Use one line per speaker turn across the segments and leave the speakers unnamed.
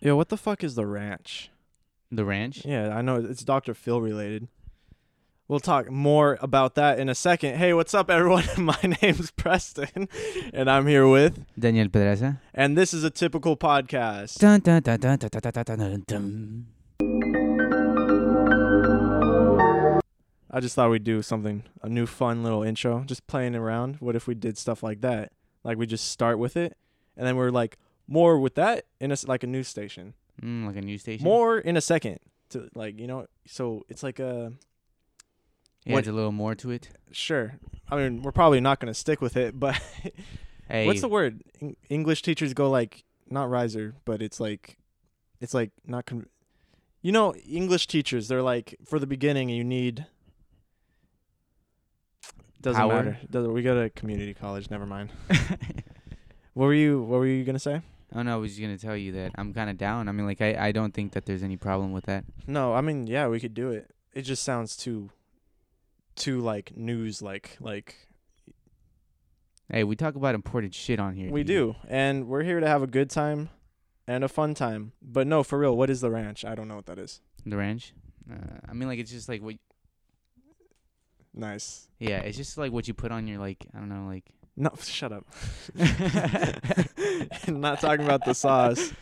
Yo, what the fuck is the ranch?
The ranch.
Yeah, I know it's Dr. Phil related. We'll talk more about that in a second. Hey, what's up, everyone? My name's Preston, and I'm here with,
Daniel Pedraza.
and this is a typical podcast.
Dun, dun, dun, dun, dun, dun, dun, dun, dun, dun.
I just thought we'd do something, a new fun little intro, just playing around. What if we did stuff like that? Like we just start with it, and then we're like more with that in a s like a news station.
Mm, like a news station.
More in a second, to like you know. So it's like a
It
what-
adds a little more to it.
sure. I mean, we're probably not gonna stick with it, but
Hey,
what's the word? Eng- English teachers go like not riser, but it's like it's like not con- You know, English teachers, they're like for the beginning you need doesn't
Power?
matter. Doesn't, we go to community college, never mind. what were you what were you going to say?
oh no, I was just gonna tell you that I'm kind of down. I mean, like I, I don't think that there's any problem with that.
No, I mean, yeah, we could do it. It just sounds too too like news like like
Hey, we talk about important shit on here.
we
dude.
do. And we're here to have a good time and a fun time. But no, for real, what is the ranch? I don't know what that is.
The ranch. Uh, I mean, like it's just like what.
Nice.
Yeah, it's just like what you put on your like I don't know like.
No, shut up. Not talking about the sauce.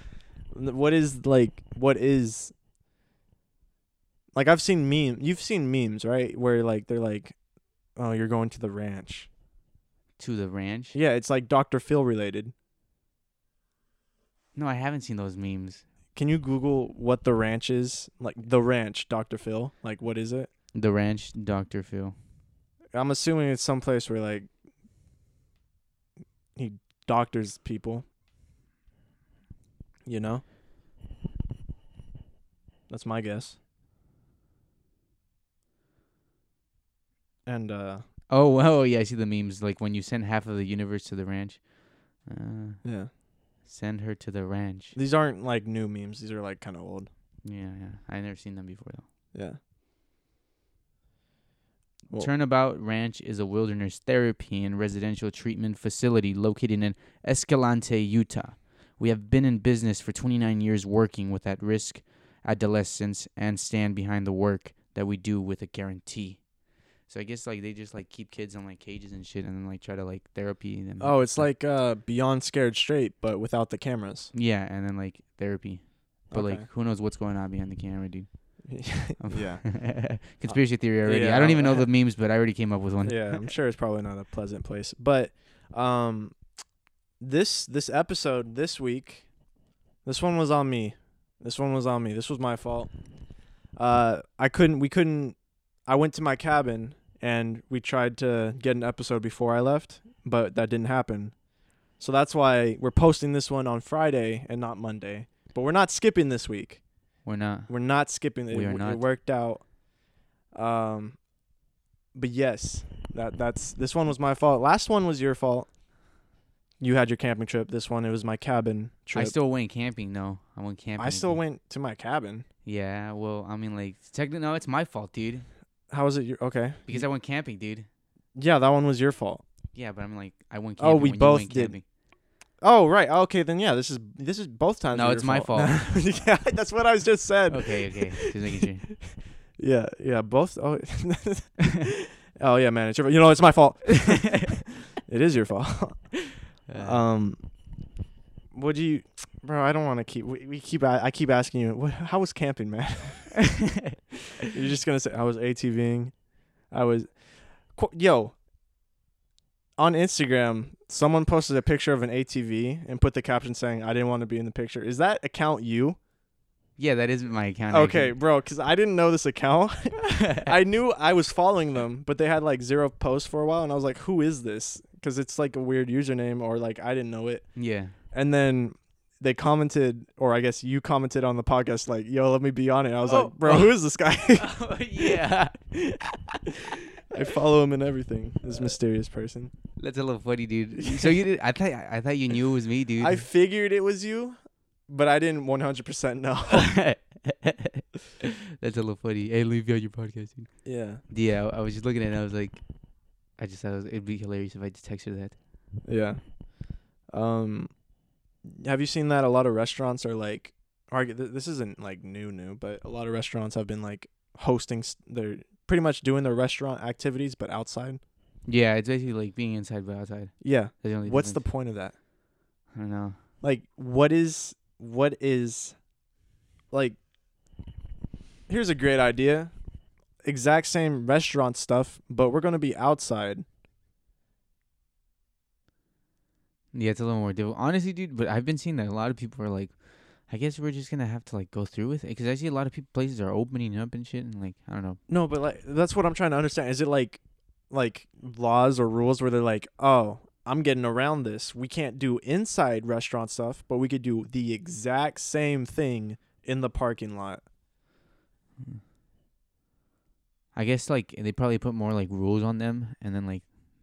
N- What is like? What is? Like I've seen meme. You've seen memes, right? Where like they're like, "Oh, you're going to the ranch."
To the ranch.
Yeah, it's like Dr. Phil related.
No, I haven't seen those memes.
Can you Google what the ranch is? Like the ranch, Dr. Phil. Like what is it?
The ranch, Doctor Phil.
I'm assuming it's someplace where like he doctors people. You know? That's my guess. And uh
Oh, oh yeah, I see the memes. Like when you send half of the universe to the ranch. Uh,
yeah.
send her to the ranch.
These aren't like new memes. These are like kind of old.
Yeah, yeah. I never seen them before though.
Yeah. Well-
Turnabout Ranch is a wilderness therapy and residential treatment facility located in Escalante, Utah. We have been in business for 29 years working with at risk adolescents and stand behind the work that we do with a guarantee. So I guess like they just like keep kids in like cages and shit and then like try to like therapy them.
Oh, it's like uh Beyond Scared Straight but without the cameras.
yeah, and then like therapy. But
Okay.
like who knows what's going on behind the camera, dude.
yeah.
Conspiracy theory already.
yeah,
I don't
I-
even know the memes, but I already came up with one.
yeah, I'm sure it's probably not a pleasant place. But um this this episode this week this one was on me. This one was on me. This was my fault. Uh I couldn't we couldn't I went to my cabin and we tried to get an episode before I left, but that didn't happen. So that's why we're posting this one on Friday and not Monday. But we're not skipping this week.
We're not.
We're not skipping it.
We are
it,
not.
worked out. Um but yes, that that's this one was my fault. Last one was your fault. You had your camping trip. This one it was my cabin trip.
I still went camping though. I went camping.
I still
again.
went to my cabin.
Yeah, well, I mean, like technically, no, it's my fault, dude,
How was it your okay?
because I went camping, dude.
Yeah, that one was your fault.
Yeah, but I'm like, I went
Oh,
camping.
we
when you
both
went
did.
camping.
Oh right. Okay, then yeah, this is this is both times.
No,
were
it's
your
my
yeah, that's what I was just said.
Okay, okay, just making sure.
Yeah, yeah, both oh Oh yeah, man, it's your, you know, it's my fault. it is your fault.
Uh,
Um, what do you, bro? I don't want to keep. We, we keep. a- I keep asking you. What, how was camping, man? You're just gonna say I was ATVing. I was, qu- yo. On Instagram, someone posted a picture of an ATV and put the caption saying, "I didn't want to be in the picture." Is that account you?
yeah, that isn't my account.
Okay,
actually.
bro, because I didn't know this account. I knew I was following them, but they had like zero posts for a while, and I was like, "Who is this?" Because it's like a weird username, or like I didn't know it
Yeah.
and then they commented or i guess you commented on the podcast like yo let me be on it i was
Oh.
like bro who is this guy
oh, yeah.
i follow him and everything this mysterious person
That's a little funny, dude. So you did? I thought I thought you knew it was me, dude.
i figured it was you but i didn't 100% know
That's a little funny. Hey, leave out your podcast, dude.
yeah
Yeah, I I was just looking at it and I was like, I just thought it was, it'd be hilarious if I just texted her that.
yeah um have you seen that a lot of restaurants are like argue th- this isn't like new new, but a lot of restaurants have been like hosting s- they're pretty much doing their restaurant activities but outside.
Yeah, it's basically like being inside but outside.
Yeah.
That's the only
What's the
difference.
point of that?
I don't know.
Like what is what is like Here's a great idea. Exact same restaurant stuff, but we're going to be outside.
Yeah, it's a little more difficult. Honestly, dude, but I've been seeing that a lot of people are like, I guess we're just gonna have to like go through with it because I see a lot of people places are opening up and shit and like I don't know.
No, but like that's what I'm trying to understand. Is it like like laws or rules where they're like, "Oh, I'm getting around this. We can't do inside restaurant stuff, but we could do the exact same thing in the parking lot."
I guess like they probably put more like rules on them and then like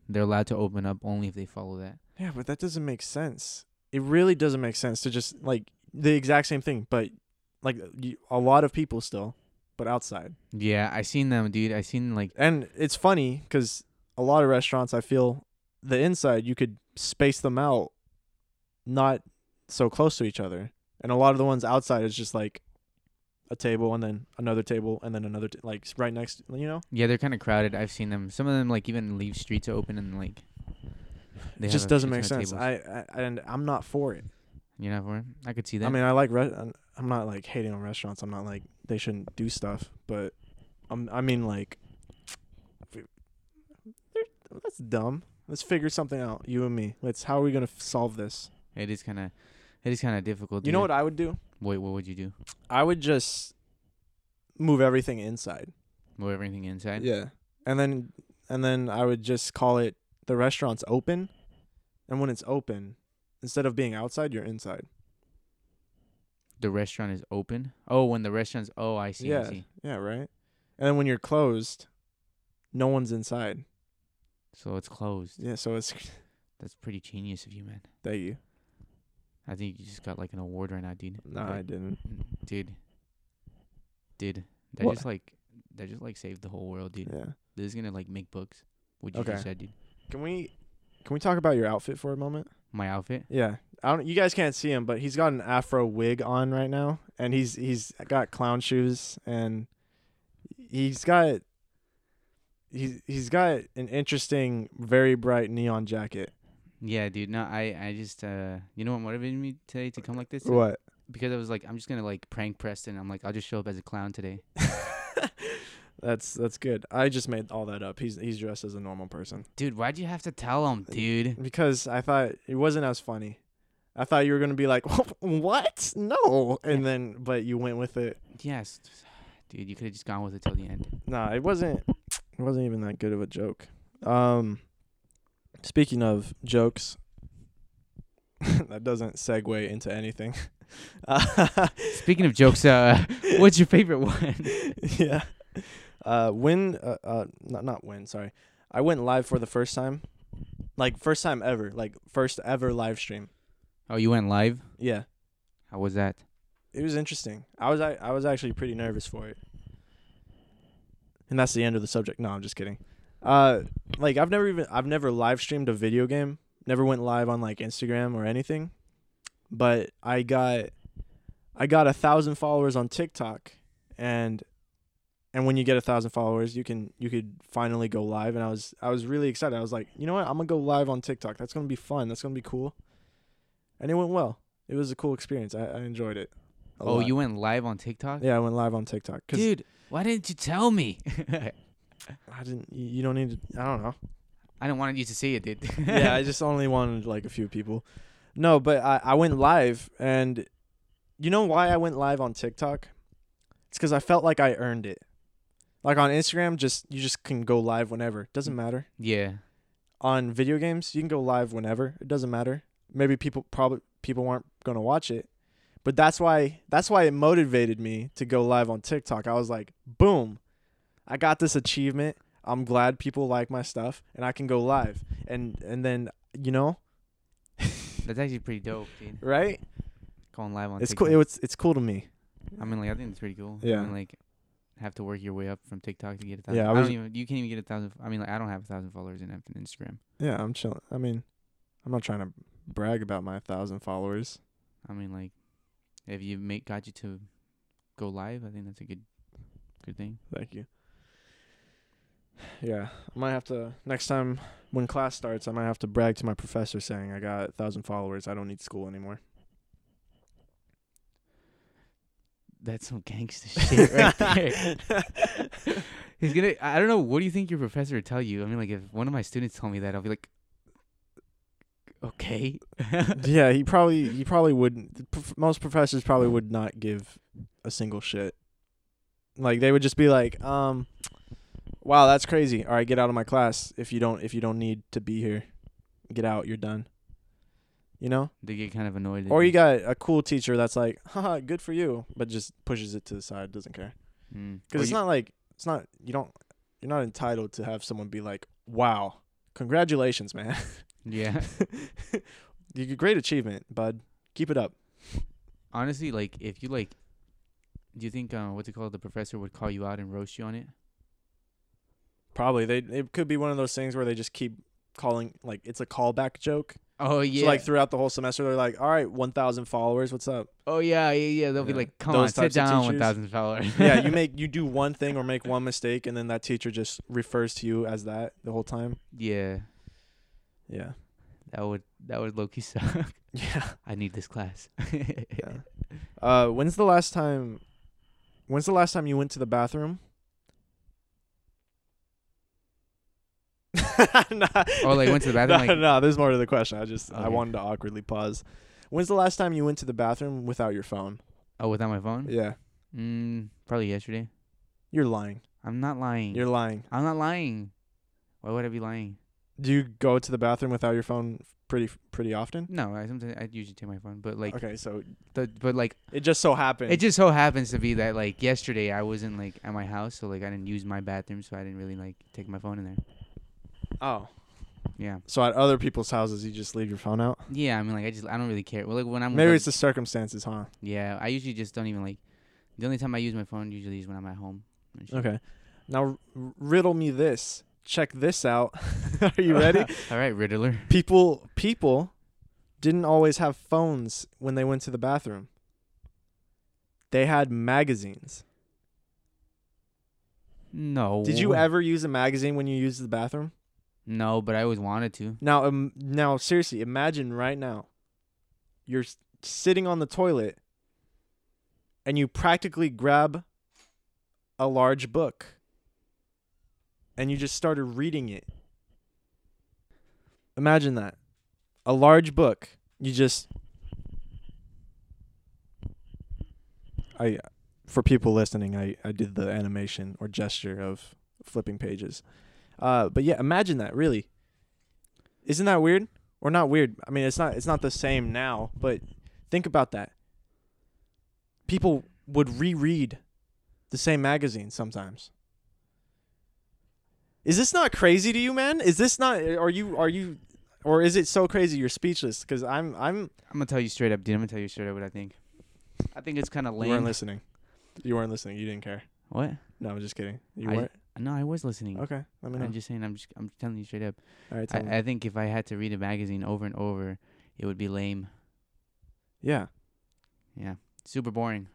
they're allowed to open up only if they follow that.
Yeah, but that doesn't make sense. It really doesn't make sense to just like the exact same thing, but like you, a lot of people still, but outside.
Yeah, I seen them, dude. I seen like
And it's funny cuz a lot of restaurants I feel the inside you could space them out not so close to each other. And a lot of the ones outside is just like a table and then another table and then another t- like right next, you know?
yeah, they're kind of crowded. I've seen them. Some of them like even leave streets open and like.
It
have
just
a
doesn't
shit
make
ton of
sense.
tables.
I, I and I'm not for it.
you know, for it? I could see that.
I mean, I like re- I'm not like hating on restaurants. I'm not like they shouldn't do stuff, but I'm I mean like they're- that's dumb. Let's figure something out, you and me. Let's how are we gonna f- solve this?
it is kind of, it is kind of difficult.
You know what I would do?
Wait, what would you do?
I would just move everything inside.
Move everything inside.
Yeah, and then and then I would just call it the restaurant's open, and when it's open, instead of being outside, you're inside.
The restaurant is open. Oh, when the restaurant's oh, I see. I
Yeah.
see.
Yeah, right. And then when you're closed, no one's inside.
So it's closed.
Yeah, so it's
That's pretty genius of you, man.
Thank you.
I think you just got like an award right now, dude.
No,
Like,
I didn't.
dude. Dude, that
What?
just like that just like saved the whole world, dude.
Yeah.
This is gonna like make books. What you
Okay.
just said, dude.
Can we can we talk about your outfit for a moment?
My outfit.
Yeah. I don't you guys can't see him, but he's got an afro wig on right now and he's he's got clown shoes and he's got he's he's got an interesting very bright neon jacket.
Yeah, dude. No, I I just uh you know what motivated me today to come like this
What?
because I was like I'm just gonna like prank Preston. I'm like I'll just show up as a clown today.
That's that's good. I just made all that up. He's he's dressed as a normal person
Dude, why'd you have to tell him, dude?
because I thought it wasn't as funny. I thought you were going to be like, "What? No." And then but you went with it.
Yes, dude. You could have just gone with it till the end.
Nah, it wasn't. It wasn't even that good of a joke. Um, speaking of jokes, that doesn't segue into anything.
Speaking of jokes, uh, what's your favorite one?
yeah. Uh, when uh, uh not not when sorry, I went live for the first time, like first time ever, like first ever live stream.
Oh, you went live.
Yeah,
How was that?
it was interesting. I was I, I was actually pretty nervous for it. And that's the end of the subject. No, I'm just kidding. Uh like I've never even I've never live streamed a video game. Never went live on like Instagram or anything. But I got I got a thousand followers on TikTok and and when you get a thousand followers you can you could finally go live and I was I was really excited. I was like, you know what, I'm gonna go live on TikTok. That's gonna be fun. That's gonna be cool. And it went well. It was a cool experience. I, I enjoyed it. a
Oh,
lot.
you went live on TikTok?
Yeah, I went live on TikTok because
Dude, why didn't you tell me?
I didn't. You you don't need to. I don't know.
I don't want you to see it, dude.
yeah, I just only wanted like a few people. No, but I, I went live, and you know why I went live on TikTok? It's because I felt like I earned it. Like on Instagram, just you just can go live whenever. Doesn't matter.
yeah.
On video games, you can go live whenever. It doesn't matter. Maybe people probably people aren't gonna watch it, but that's why that's why it motivated me to go live on TikTok. I was like, boom, I got this achievement. I'm glad people like my stuff, and I can go live. And and then you know,
That's actually pretty dope, dude.
right?
Going live on
It's
TikTok.
cool. It's it's cool to me.
I mean, like, I think it's pretty cool.
Yeah.
I mean, like, have to work your way up from TikTok to get a thousand.
Yeah, I
I,
was-
don't even. You can't even get a thousand. I mean, like, I don't have a thousand followers in in Instagram.
Yeah, I'm chilling. I mean, I'm not trying to brag about my thousand followers.
I mean, like, If you make got you to go live, I think that's a good good thing.
Thank you. Yeah, I might have to next time when class starts. I might have to brag to my professor saying I got a thousand followers. I don't need school anymore.
That's some gangster shit right there. He's gonna. I don't know. What do you think your professor would tell you? I mean, like, if one of my students told me that, I'll be like, okay.
yeah, he probably he probably wouldn't. prof- Most professors probably would not give a single shit. Like they would just be like, um, "Wow, that's crazy. All right, get out of my class if you don't if you don't need to be here. Get out. You're done." You know.
they get kind of annoyed. at
Or you got a cool teacher that's like, haha, good for you, but just pushes it to the side, doesn't care.
Mm. Or
Because it's
you-
not like it's not you don't you're not entitled to have someone be like, wow, congratulations, man,
Yeah.
you got great achievement, bud, keep it up.
Honestly, like, if you like, do you think uh, what's it called? The professor would call you out and roast you on it.
Probably they it could be one of those things where they just keep calling like it's a callback joke.
Oh yeah.
So like throughout the whole semester, they're like, all right, one thousand followers, what's up?
oh yeah, yeah, yeah. They'll be
Yeah.
like, come
Those
on, sit
types of
down, one
teachers.
thousand followers.
yeah, you make you do one thing or make one mistake, and then that teacher just refers to you as that the whole time.
yeah,
Yeah,
that would that would low key suck.
yeah.
I need this class.
Yeah. Uh, when's the last time? When's the last time you went to the bathroom? nah.
Oh, like, went to the bathroom,
No,
like-
no, there's more to the question. I just I
Okay.
wanted to awkwardly pause. When's the last time you went to the bathroom without your phone?
oh, without my phone?
Yeah,
Mm, probably yesterday.
you're lying.
I'm not lying.
You're lying.
I'm not lying. Why would I be lying?
Do you go to the bathroom without your phone pretty pretty often?
No, I sometimes I usually take my phone, but like
okay, so
the but like
it just so happened.
it just so happens to be that like yesterday I wasn't like at my house, so like I didn't use my bathroom, so I didn't really like take my phone in there.
oh,
Yeah,
so at other people's houses, you just leave your phone out.
yeah. I mean, like I just I don't really care. Well, like when I'm with
Maybe
other-
it's the circumstances, huh?
yeah, I usually just don't even like. The only time I use my phone usually is when I'm at home. and shit.
Okay. Now r- r- riddle me this. Check this out. Are you ready?
All right, Riddler.
people people didn't always have phones when they went to the bathroom. They had magazines.
No.
Did you ever use a magazine when you used the bathroom?
No, but I always wanted to.
Now um, now seriously, imagine right now. You're s- sitting on the toilet and you practically grab a large book and you just started reading it. Imagine that. A large book. You just I for people listening, I, I did the animation or gesture of flipping pages. Uh but yeah, imagine that, really. Isn't that weird? Or not weird. I mean, it's not it's not the same now, but think about that. People would reread the same magazine sometimes. Is this not crazy to you, man? Is this not are you are you or is it so crazy you're speechless cuz I'm I'm
I'm gonna tell you straight up, dude. I'm gonna tell you straight up what I think. I think it's kind of
you
lame.
weren't listening. You weren't listening. You didn't care.
What?
No, I'm just kidding. You
I-
weren't.
No, I was listening.
Okay. Let me know.
I'm just saying. I'm just. I'm telling you straight up.
All right. Tell me.
I, I think if I had to read a magazine over and over, it would be lame.
yeah.
Yeah, super boring.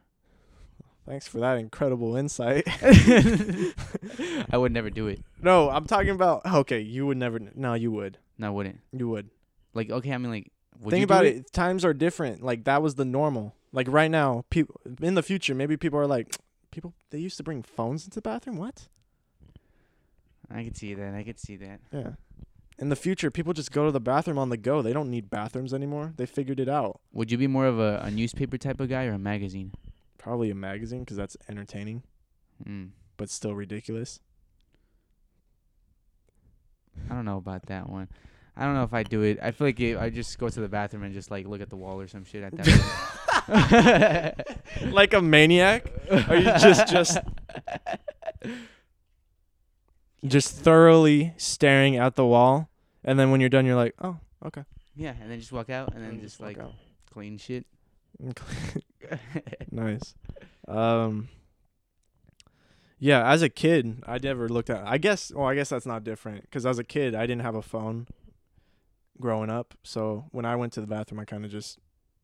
Thanks for that incredible insight.
I would never do it.
no, I'm talking about okay, you would never No, you would.
No, I wouldn't.
You would.
Like, okay, I mean, like, would
Think
you do
about it? Times are different. Like that was the normal. Like right now, people in the future, maybe people are like, people they used to bring phones into the bathroom. What?
I could see that. I could see that.
Yeah. In the future, people just go to the bathroom on the go. They don't need bathrooms anymore. They figured it out.
Would you be more of a, a newspaper type of guy or a magazine?
Probably a magazine because that's entertaining,
Mm,
but still ridiculous.
I don't know about that one. I don't know if I do it. I feel like it, I just go to the bathroom and just like look at the wall or some shit at that. point.
like a maniac? Are you just just just thoroughly staring at the wall, and then when you're done, you're like, oh, okay.
yeah, and then just walk out and then
And
just
walk
like
out.
clean shit.
nice. Um. Yeah, as a kid, I never looked at. I guess. Well, I guess that's not different because as a kid, I didn't have a phone. Growing up, so when I went to the bathroom, I kind of just,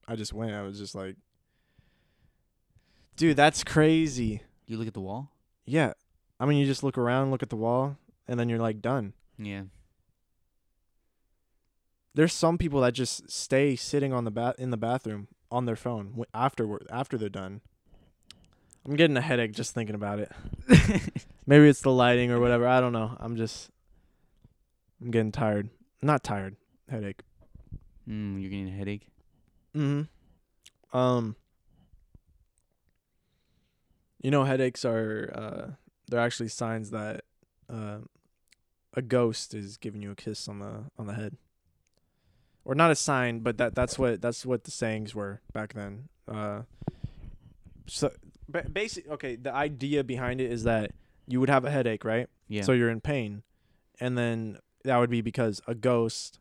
I just went. I was just like, Dude, that's crazy.
You look at the wall?
Yeah. I mean, you just look around, look at the wall, and then you're like done.
Yeah.
There's some people that just stay sitting on the bath in the bathroom on their phone w- afterward after they're done. I'm getting a headache just thinking about it. Maybe it's the lighting or whatever. I don't know. I'm just I'm getting tired. Not tired. Headache.
Mm, you're getting a headache?
Mm-hmm. Um. You know, headaches are uh, they're actually signs that uh, a ghost is giving you a kiss on the on the head. Or not a sign, but that that's what that's what the sayings were back then. Uh, so, ba- basic. Okay, the idea behind it is that you would have a headache, right?
Yeah.
So you're in pain, and then that would be because a ghost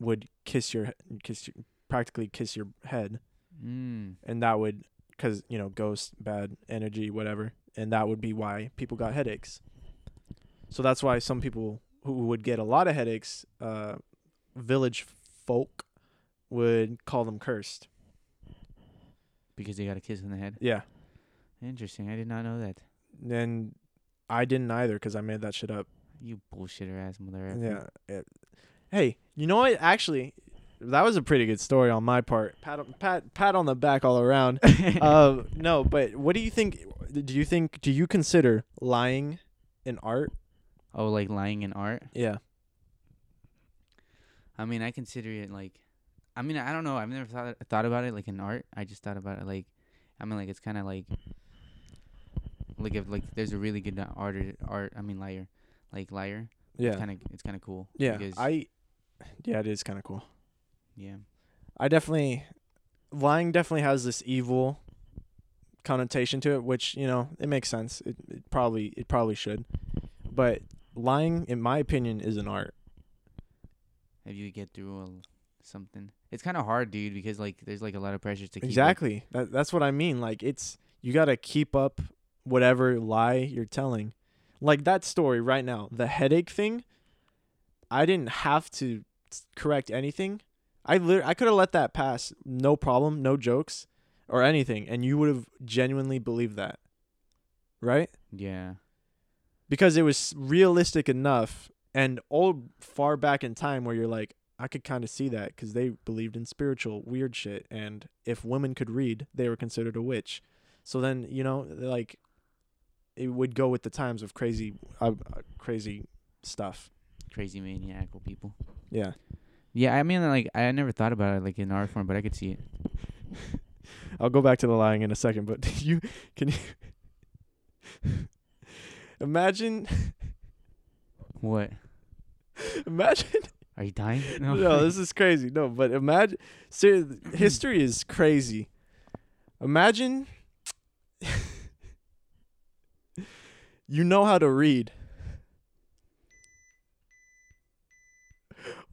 would kiss your kiss your, practically kiss your head,
mm.
and that would because you know ghosts, bad energy, whatever, and that would be why people got headaches. So that's why some people who would get a lot of headaches, uh, village folk would call them cursed.
Because they got a kiss on the head.
Yeah,
Interesting. I did not know that.
and I didn't either because I made that shit up.
You bullshitter ass mother. effer.
Yeah. it- hey, you know what? Actually, that was a pretty good story on my part. Pat, on- pat, pat on the back all around. uh, no, but what do you think? Do you think? Do you consider lying an art?
Oh, like lying in art?
Yeah.
I mean, I consider it like, I mean, I don't know. I've never thought thought about it like an art. I just thought about it like, I mean, like it's kind of like, like if like there's a really good art art. I mean, liar, like liar. It's
Yeah.
kind of it's kind of cool.
Yeah.
Because,
I. Yeah, it is kind of cool.
yeah.
I definitely lying definitely has this evil connotation to it, which you know it makes sense. It, it probably it probably should, but lying, in my opinion, is an art.
If you get through a, something, it's kind of hard, dude. Because like there's like a lot of pressure to keep. like-
Exactly. That, that's what I mean. Like it's you got to keep up whatever lie you're telling. Like that story right now, the headache thing. I didn't have to s- correct anything. I lit- I could have let that pass, no problem, no jokes or anything, and you would have genuinely believed that. Right?
yeah.
Because it was realistic enough and old far back in time where you're like I could kind of see that cuz they believed in spiritual weird shit and if women could read, they were considered a witch. So then, you know, like it would go with the times of crazy uh, uh, crazy stuff.
Crazy maniacal people.
Yeah.
Yeah, I mean, like I never thought about it like in art form, but I could see it.
I'll go back to the lying in a second, but did you can you Imagine
What?
imagine
Are you dying?
no, this is crazy. No, but imagine. Ser- history is crazy. Imagine. you know how to read.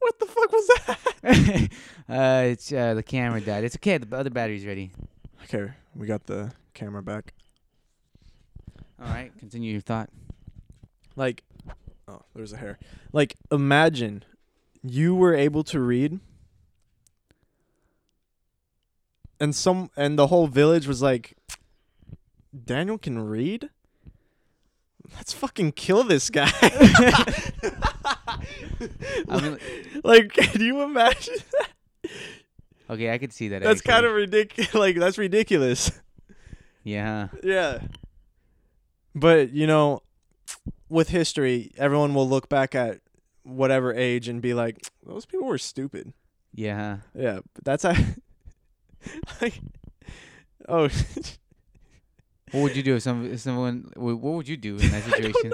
What the fuck was that?
uh, it's uh, the camera died. It's okay. The other battery's ready.
Okay, we got the camera back.
All right, continue your thought.
Like, oh, there's a hair. Like, imagine you were able to read. And some and the whole village was like, Daniel can read? Let's fucking kill this guy.
I mean,
like, can you imagine?
okay, I could see that.
That's
actually.
kind of ridiculous. Like, that's ridiculous.
yeah.
Yeah. But, you know, with history, everyone will look back at whatever age and be like, those people were stupid.
Yeah.
Yeah, but that's how. like, oh,
What would you do if some if someone? wh- What would you do in that situation?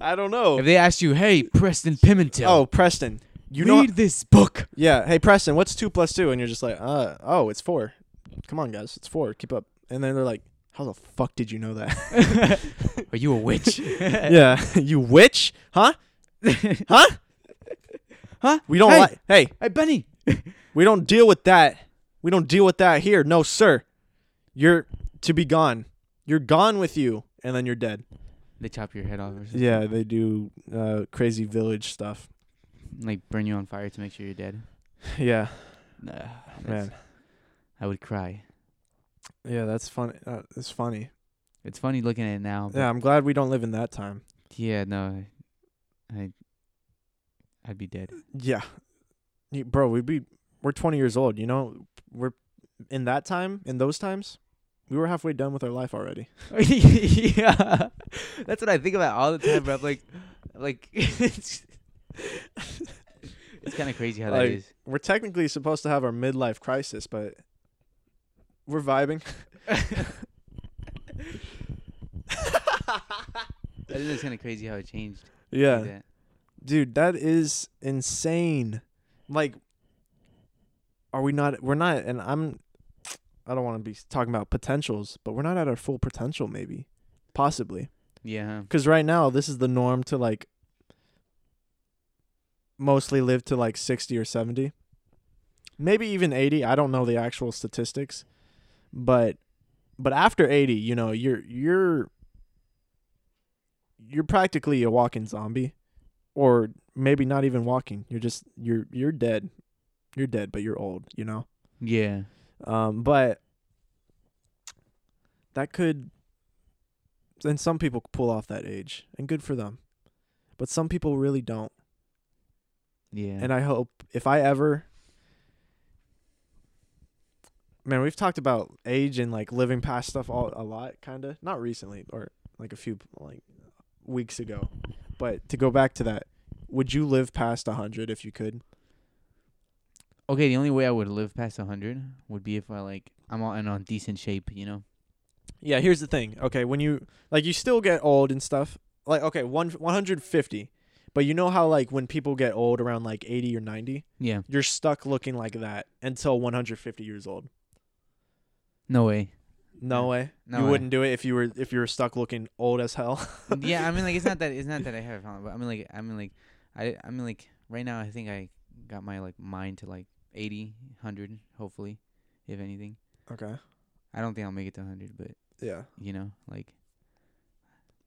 I don't know.
If they asked you, "Hey, Preston Pimentel,
Oh, Preston. You
you
know.
read this book."
Yeah. Hey, Preston, what's two plus two? And you're just like, uh, oh, it's four. Come on, guys. It's four. Keep up. And then they're like, how the fuck did you know that?
Are you a witch?
yeah. you witch? Huh? Huh?
Huh?
We don't
Hey.
like. Hey,
Hey, Benny.
We don't deal with that. We don't deal with that here. No, sir. You're to be gone. You're gone with you, and then you're dead.
They chop your head off, or something.
Yeah, they do uh, crazy village stuff.
like burn you on fire to make sure you're dead.
Yeah,
Nah, that's-
man.
I would cry.
Yeah, that's funny. Uh, it's funny.
It's funny looking at it now. but
Yeah, I'm glad we don't live in that time.
Yeah, no. I I'd be dead.
Yeah, You- bro, we'd be we're 20 years old. You know, we're in that time in those times, we were halfway done with our life already.
yeah. That's what I think about all the time, bro. I'm like like it's, it's kind of crazy how that
Like-
is.
We're technically supposed to have our midlife crisis, but we're vibing.
I think it's kind of crazy how it changed.
Yeah,
Like that.
dude, that is insane. Like, are we not? We're not, and I'm. I don't want to be talking about potentials, but we're not at our full potential, maybe, possibly.
Yeah. huh?
Because right now, this is the norm to like mostly live to like 60 or 70, maybe even 80. I don't know the actual statistics, but but after 80, you know, you're you're you're practically a walking zombie or maybe not even walking. You're just you're you're dead. You're dead, but you're old, you know.
Yeah.
Um, but that could, and some people pull off that age, and good for them. But some people really don't.
Yeah.
And I hope if I ever, man, we've talked about age and like living past stuff all a lot, kind of. Not recently, or like a few like weeks ago. But to go back to that, would you live past a hundred if you could?
okay, the only way I would live past a 100 would be if I like I'm all in on decent shape, you know.
Yeah, here's the thing. Okay, when you like you still get old and stuff. Like okay, one 150. But you know how like when people get old around like 80 or 90,
Yeah.
you're stuck looking like that until 150 years old.
No way.
No way.
No
you
way.
wouldn't do it if you were if you were stuck looking old as hell.
yeah, I mean like it's not that it's not that I have a problem, but I mean like I mean like I I mean like right now I think I got my like mind to like 80, 100 hopefully, if anything.
Okay.
I don't think I'll make it to 100, but
Yeah.
you know, like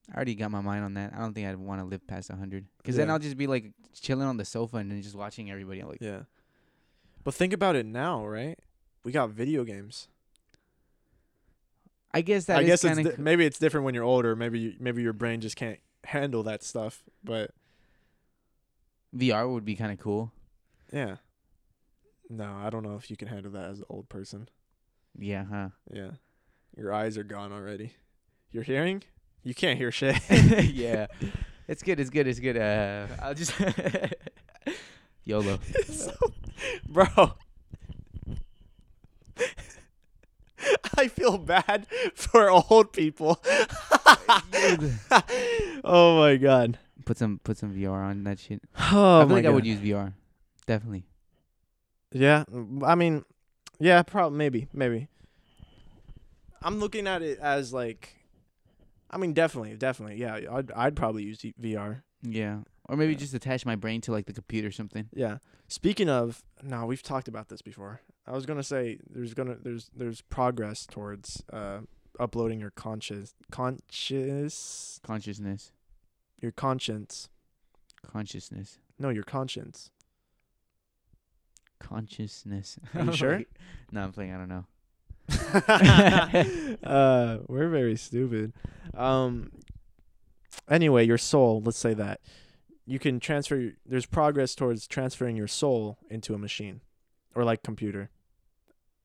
I already got my mind on that. I don't think I'd want to live past 100 cuz then
Yeah.
I'll just be like chilling on the sofa and then just watching everybody. I'm like
Yeah. But think about it now, right? We got video games.
I guess that
I
is
guess it's
kind
di-
of
maybe it's different when you're older. Maybe you, maybe your brain just can't handle that stuff, but
VR would be kind of cool.
yeah. No, I don't know if you can handle that as an old person.
Yeah, huh.
Yeah. Your eyes are gone already. Your hearing? You can't hear shit.
yeah. It's good, it's good, it's good. Uh I'll just YOLO.
So- bro. I feel bad for old people. oh my god.
Put some put some VR on that shit.
Oh
I feel like I would use VR. Definitely.
Yeah, I mean, yeah, probably maybe, maybe. I'm looking at it as like, I mean, definitely, definitely, yeah. I'd I'd probably use VR.
Yeah. Or maybe
Yeah.
just attach my brain to like the computer or something.
Yeah. Speaking of, no, we've talked about this before. I was gonna say there's gonna there's there's progress towards uh uploading your conscious conscious
Consciousness.
your conscience.
Consciousness.
No, your conscience.
Consciousness.
Are you sure?
no, I'm playing, I don't know.
uh, we're very stupid. Um. Anyway, your soul. Let's say that you can transfer. There's progress towards transferring your soul into a machine, or like computer,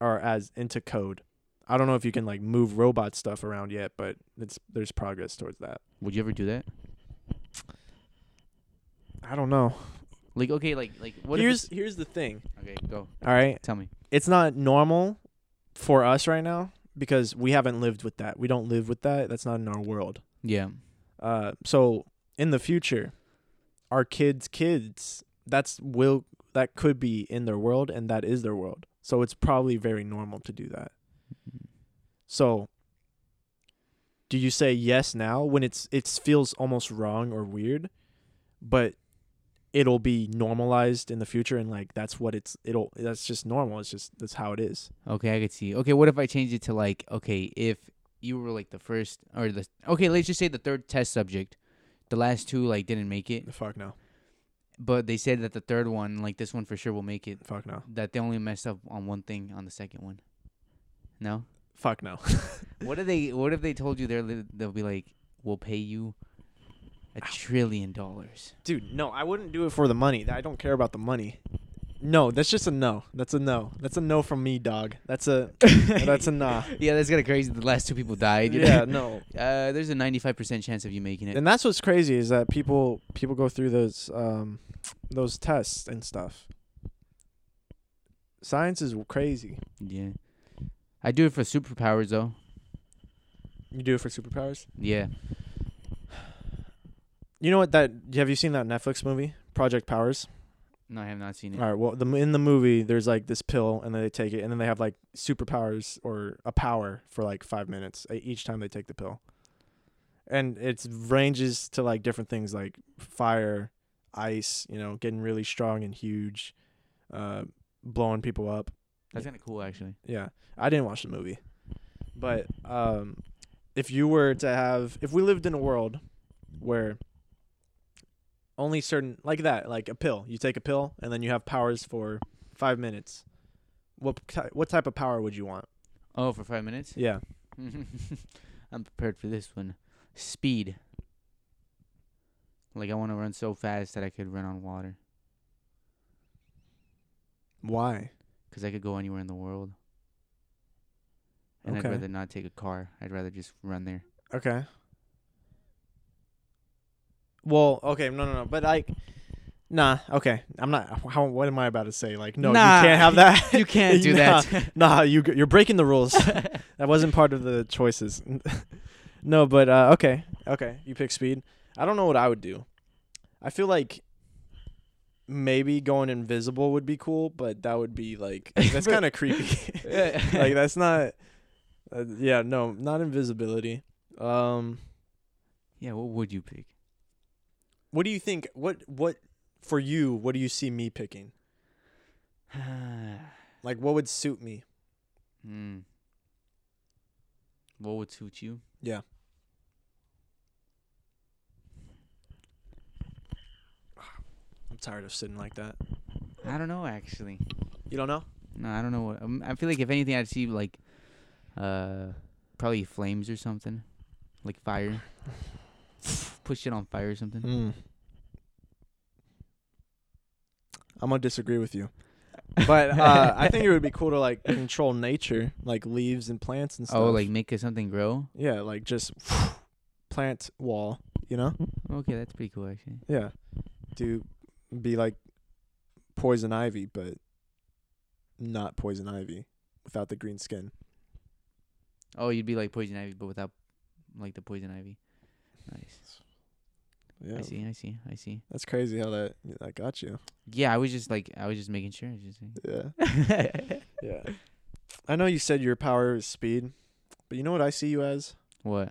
or as into code. I don't know if you can like move robot stuff around yet, but it's there's progress towards that.
Would you ever do that?
I don't know.
Like okay, like like what if
here's
it's-
here's the thing.
Okay, go.
All right,
Tell me.
it's not normal for us right now because we haven't lived with that. We don't live with that. That's not in our world.
Yeah.
Uh, so in the future, our kids' kids, that's will that could be in their world, and that is their world. So it's probably very normal to do that. So, do you say yes now when it's it feels almost wrong or weird, but it'll be normalized in the future, and like that's what it's it'll that's just normal. It's just that's how it is.
Okay, I could see. Okay, what if I change it to like, okay, if you were like the first or the okay, let's just say the third test subject, the last two like didn't make it,
Fuck no,
but they said that the third one, like this one for sure will make it.
fuck no,
That they only messed up on one thing on the second one. No,
Fuck no.
What if they? What if they told you they're? li- They'll be like, "We'll pay you a trillion dollars."
Dude, no, I wouldn't do it for the money. I don't care about the money. No, that's just a no. That's a no. That's a no from me, dog. That's a that's a nah.
Yeah, that's kind of crazy. The last two people died. you know?
Yeah, no.
Uh, there's a 95% chance of you making it.
And that's what's crazy is that people people go through those um those tests and stuff. Science is crazy.
Yeah. I do it for superpowers though.
You do it for superpowers?
Yeah.
You know what that have you seen that Netflix movie, Project Powers?
No, I have not seen it.
All right. Well, the, in the movie, there's like this pill, and then they take it, and then they have like superpowers or a power for like five minutes e- each time they take the pill, and it ranges to like different things like fire, ice, you know, getting really strong and huge, uh, blowing people up.
That's kind of cool actually.
Yeah, I didn't watch the movie, but um, if you were to have, if we lived in a world where only certain like that, like a pill, you take a pill and then you have powers for five minutes. What ty- what type of power would you want?
Oh, for 5 minutes?
Yeah,
I'm prepared for this one. Speed. Like I want to run so fast that I could run on water
why?
cuz I could go anywhere in the world. And
Okay.
I'd rather not take a car. I'd rather just run there.
Okay. Well, okay, no, no, no, but like, nah, okay, I'm not. How? What am I about to say? Like, no,
Nah.
you can't have that.
You can't do
Nah.
that.
Nah, you g- you're breaking the rules. that wasn't part of the choices. no, but uh, okay, okay, you pick speed. I don't know what I would do. I feel like maybe going invisible would be cool, but that would be like that's kind of creepy. like that's not. Uh, yeah, no, not invisibility. Um,
yeah, what would you pick?
what do you think? What what for you? What do you see me picking? Like, what would suit me?
Hmm. What would suit you?
Yeah. I'm tired of sitting like that.
I don't know actually.
You don't know?
No, I don't know what. Um, I feel like if anything, I'd see like, uh, probably flames or something, like fire. Push it on fire or something.
Mm. I'm gonna disagree with you, but uh, I think it would be cool to like control nature, like leaves and plants and stuff.
Oh, like make it something grow.
yeah, like just plant wall. You know?
Okay, that's pretty cool actually.
Yeah. Do be like poison ivy, but not poison ivy without the green skin.
Oh, you'd be like poison ivy, but without like the poison ivy. Nice.
Yeah,
I see. I see. I see.
that's crazy how that that got you.
Yeah, I was just like, I was just making sure. I was just like-
Yeah. Yeah. I know you said your power is speed, but you know what I see you as?
what?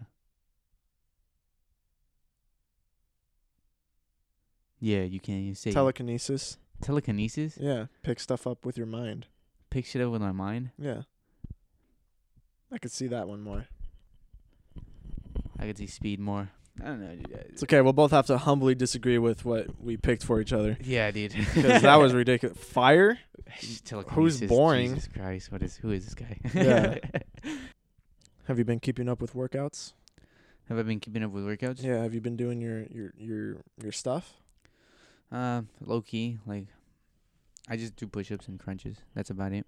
Yeah, you can. You say
Telekinesis.
telekinesis.
Yeah. Pick stuff up with your mind.
Pick shit up with my mind.
Yeah. I could see that one more.
I could see speed more. I don't know. Dude.
It's okay. We'll both have to humbly disagree with what we picked for each other
Yeah, dude.
because that was ridiculous. Fire?
Telekinesis,
boring?
Jesus Christ, what is who is this guy?
Yeah. Have you been keeping up with workouts?
Have I been keeping up with workouts?
Yeah. Have you been doing your your your your stuff?
Uh, low key, like I just do push-ups and crunches. That's about it.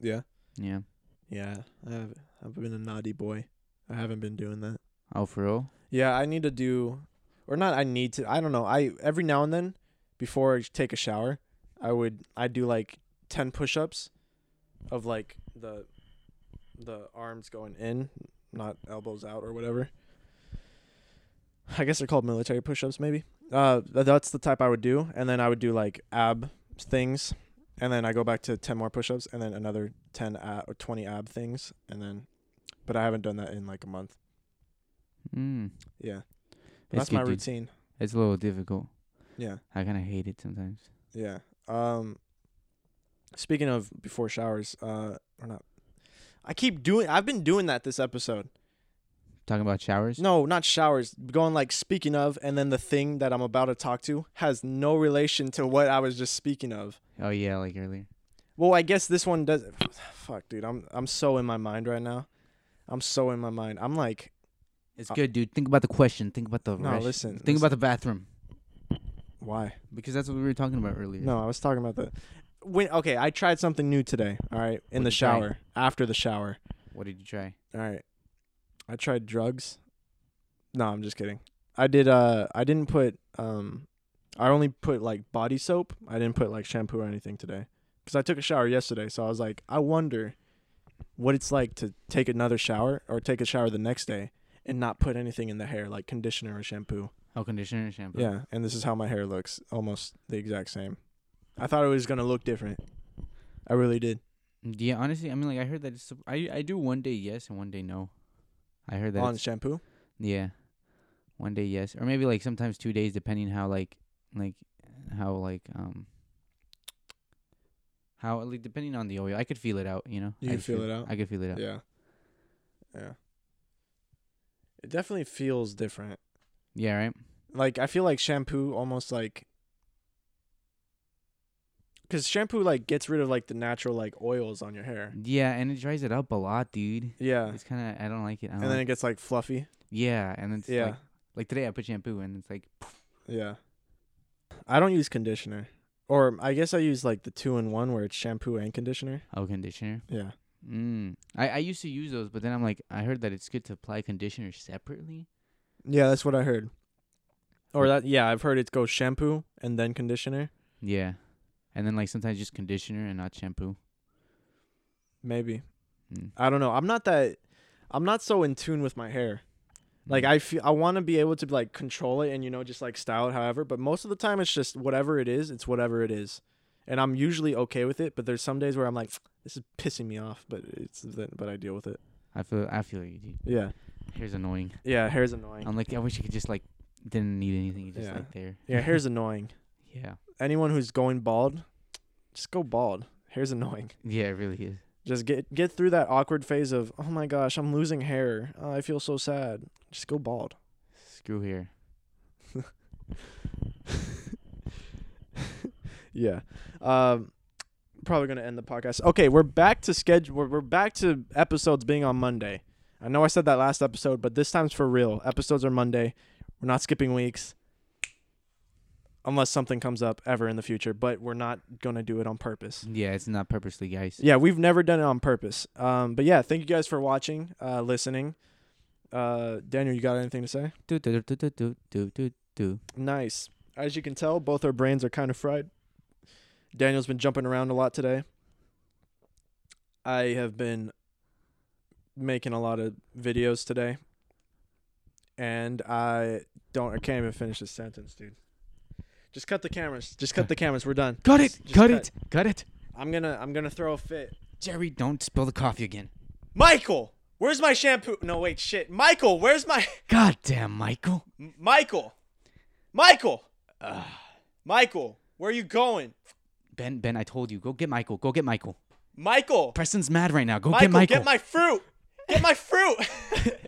Yeah.
Yeah.
Yeah. I have. I've been a naughty boy. I haven't been doing that.
Oh, for real?
Yeah, I need to do, or not. I need to. I don't know. I every now and then, before I take a shower, I would I do like ten push-ups, of like the, the arms going in, not elbows out or whatever. I guess they're called military push-ups, maybe. Uh, th- that's the type I would do, and then I would do like ab things, and then I go back to ten more push-ups, and then another ten ab or twenty ab things, and then, but I haven't done that in like a month.
Mm.
Yeah.
It's
That's my
good, dude.
routine.
It's a little difficult.
Yeah.
I kind of hate it sometimes.
Yeah. Um speaking of before showers, uh or not I keep doing I've been doing that this episode.
Talking about showers.
No, not showers. Going like speaking of and then the thing that I'm about to talk to has no relation to what I was just speaking of.
Oh yeah, like earlier.
Well, I guess this one does fuck dude, I'm I'm so in my mind right now. I'm so in my mind. I'm like,
It's
Uh,
good, dude. Think about the question. Think about the
no,
res-
listen.
Think about the bathroom
why.
because that's what we were talking about earlier.
No, I was talking about the. When okay, I tried something new today. All right, in
What'd
the
you try?
shower after the shower.
What did you try?
All right, I tried drugs. No, I'm just kidding. I did. Uh, I didn't put. Um, I only put like body soap. I didn't put like shampoo or anything today because I took a shower yesterday. So I was like, I wonder what it's like to take another shower or take a shower the next day and not put anything in the hair like conditioner or shampoo.
Oh, conditioner and shampoo.
Yeah, and this is how my hair looks, almost the exact same. I thought it was gonna look different. I really did.
Yeah. Honestly, I mean, like I heard that it's. I I do one day yes and one day no. I heard that.
On
it's-
shampoo?
yeah. One day yes, or maybe like sometimes two days, depending how like like how like um how like depending on the oil. I could feel it out. You know.
You
I
could feel it out?
I could feel it out. Yeah.
Yeah. Yeah. It definitely feels different.
right.
Like I feel like shampoo almost like cuz shampoo like gets rid of like the natural like oils on your hair.
Yeah, and it dries it up a lot, dude.
Yeah.
Mm. It's kind of I don't like it. I don't
And then
like-
it gets like fluffy.
yeah, and it's
Yeah.
like like today I put shampoo and it's like
Yeah. I don't use conditioner. Or I guess I use like the 2 in 1 where it's shampoo and conditioner.
oh conditioner.
Yeah.
Mm. I I used to use those, but then I'm like I heard that it's good to apply conditioner separately.
Yeah, that's what I heard. Or that yeah, I've heard it goes shampoo and then conditioner.
Yeah, and then like sometimes just conditioner and not shampoo.
Maybe.
Mm.
I don't know. I'm not that I'm not so in tune with my hair.
Mm.
Like I feel I want to be able to like control it and you know just like style it however, but most of the time it's just whatever it is, it's whatever it is. And I'm usually okay with it, but there's some days where I'm like this is pissing me off, but it's but I deal with it.
I feel I feel you, dude.
Yeah.
Hair's annoying.
Yeah, hair's annoying.
I'm like I wish I could just like didn't need anything. You just
Yeah.
like there.
Yeah, hair's annoying.
yeah.
Anyone who's going bald, just go bald. Hair's annoying.
Yeah, it really is.
Just get get through that awkward phase of oh my gosh, I'm losing hair. Oh, I feel so sad. Just go bald.
Screw hair.
yeah. Um, probably gonna end the podcast. Okay, we're back to schedule. We're, we're back to episodes being on Monday. I know I said that last episode, but this time's for real. Episodes are Monday. We're not skipping weeks, unless something comes up ever in the future. But we're not gonna do it on purpose.
Yeah, it's not purposely, guys.
Yeah, we've never done it on purpose. Um, but yeah, thank you guys for watching, uh, listening. Uh, Daniel, you got anything to say?
Do do do do do do do do.
Nice. As you can tell, both our brains are kind of fried. Daniel's been jumping around a lot today. I have been making a lot of videos today. And I don't I can't even finish this sentence, dude. Just cut the cameras. Just cut the cameras. We're done.
Cut it!
Just- just
cut it! Cut it!
I'm gonna I'm gonna throw a fit.
Jerry, don't spill the coffee again.
Michael, where's my shampoo? No, wait, shit. Michael, where's my
God damn, Michael.
M- Michael? Michael. Michael, where are you going?
Ben, Ben, I told you. Go get Michael. Go get Michael.
Michael.
Preston's mad right now. Go
Michael,
get Michael.
get my fruit. Get my fruit.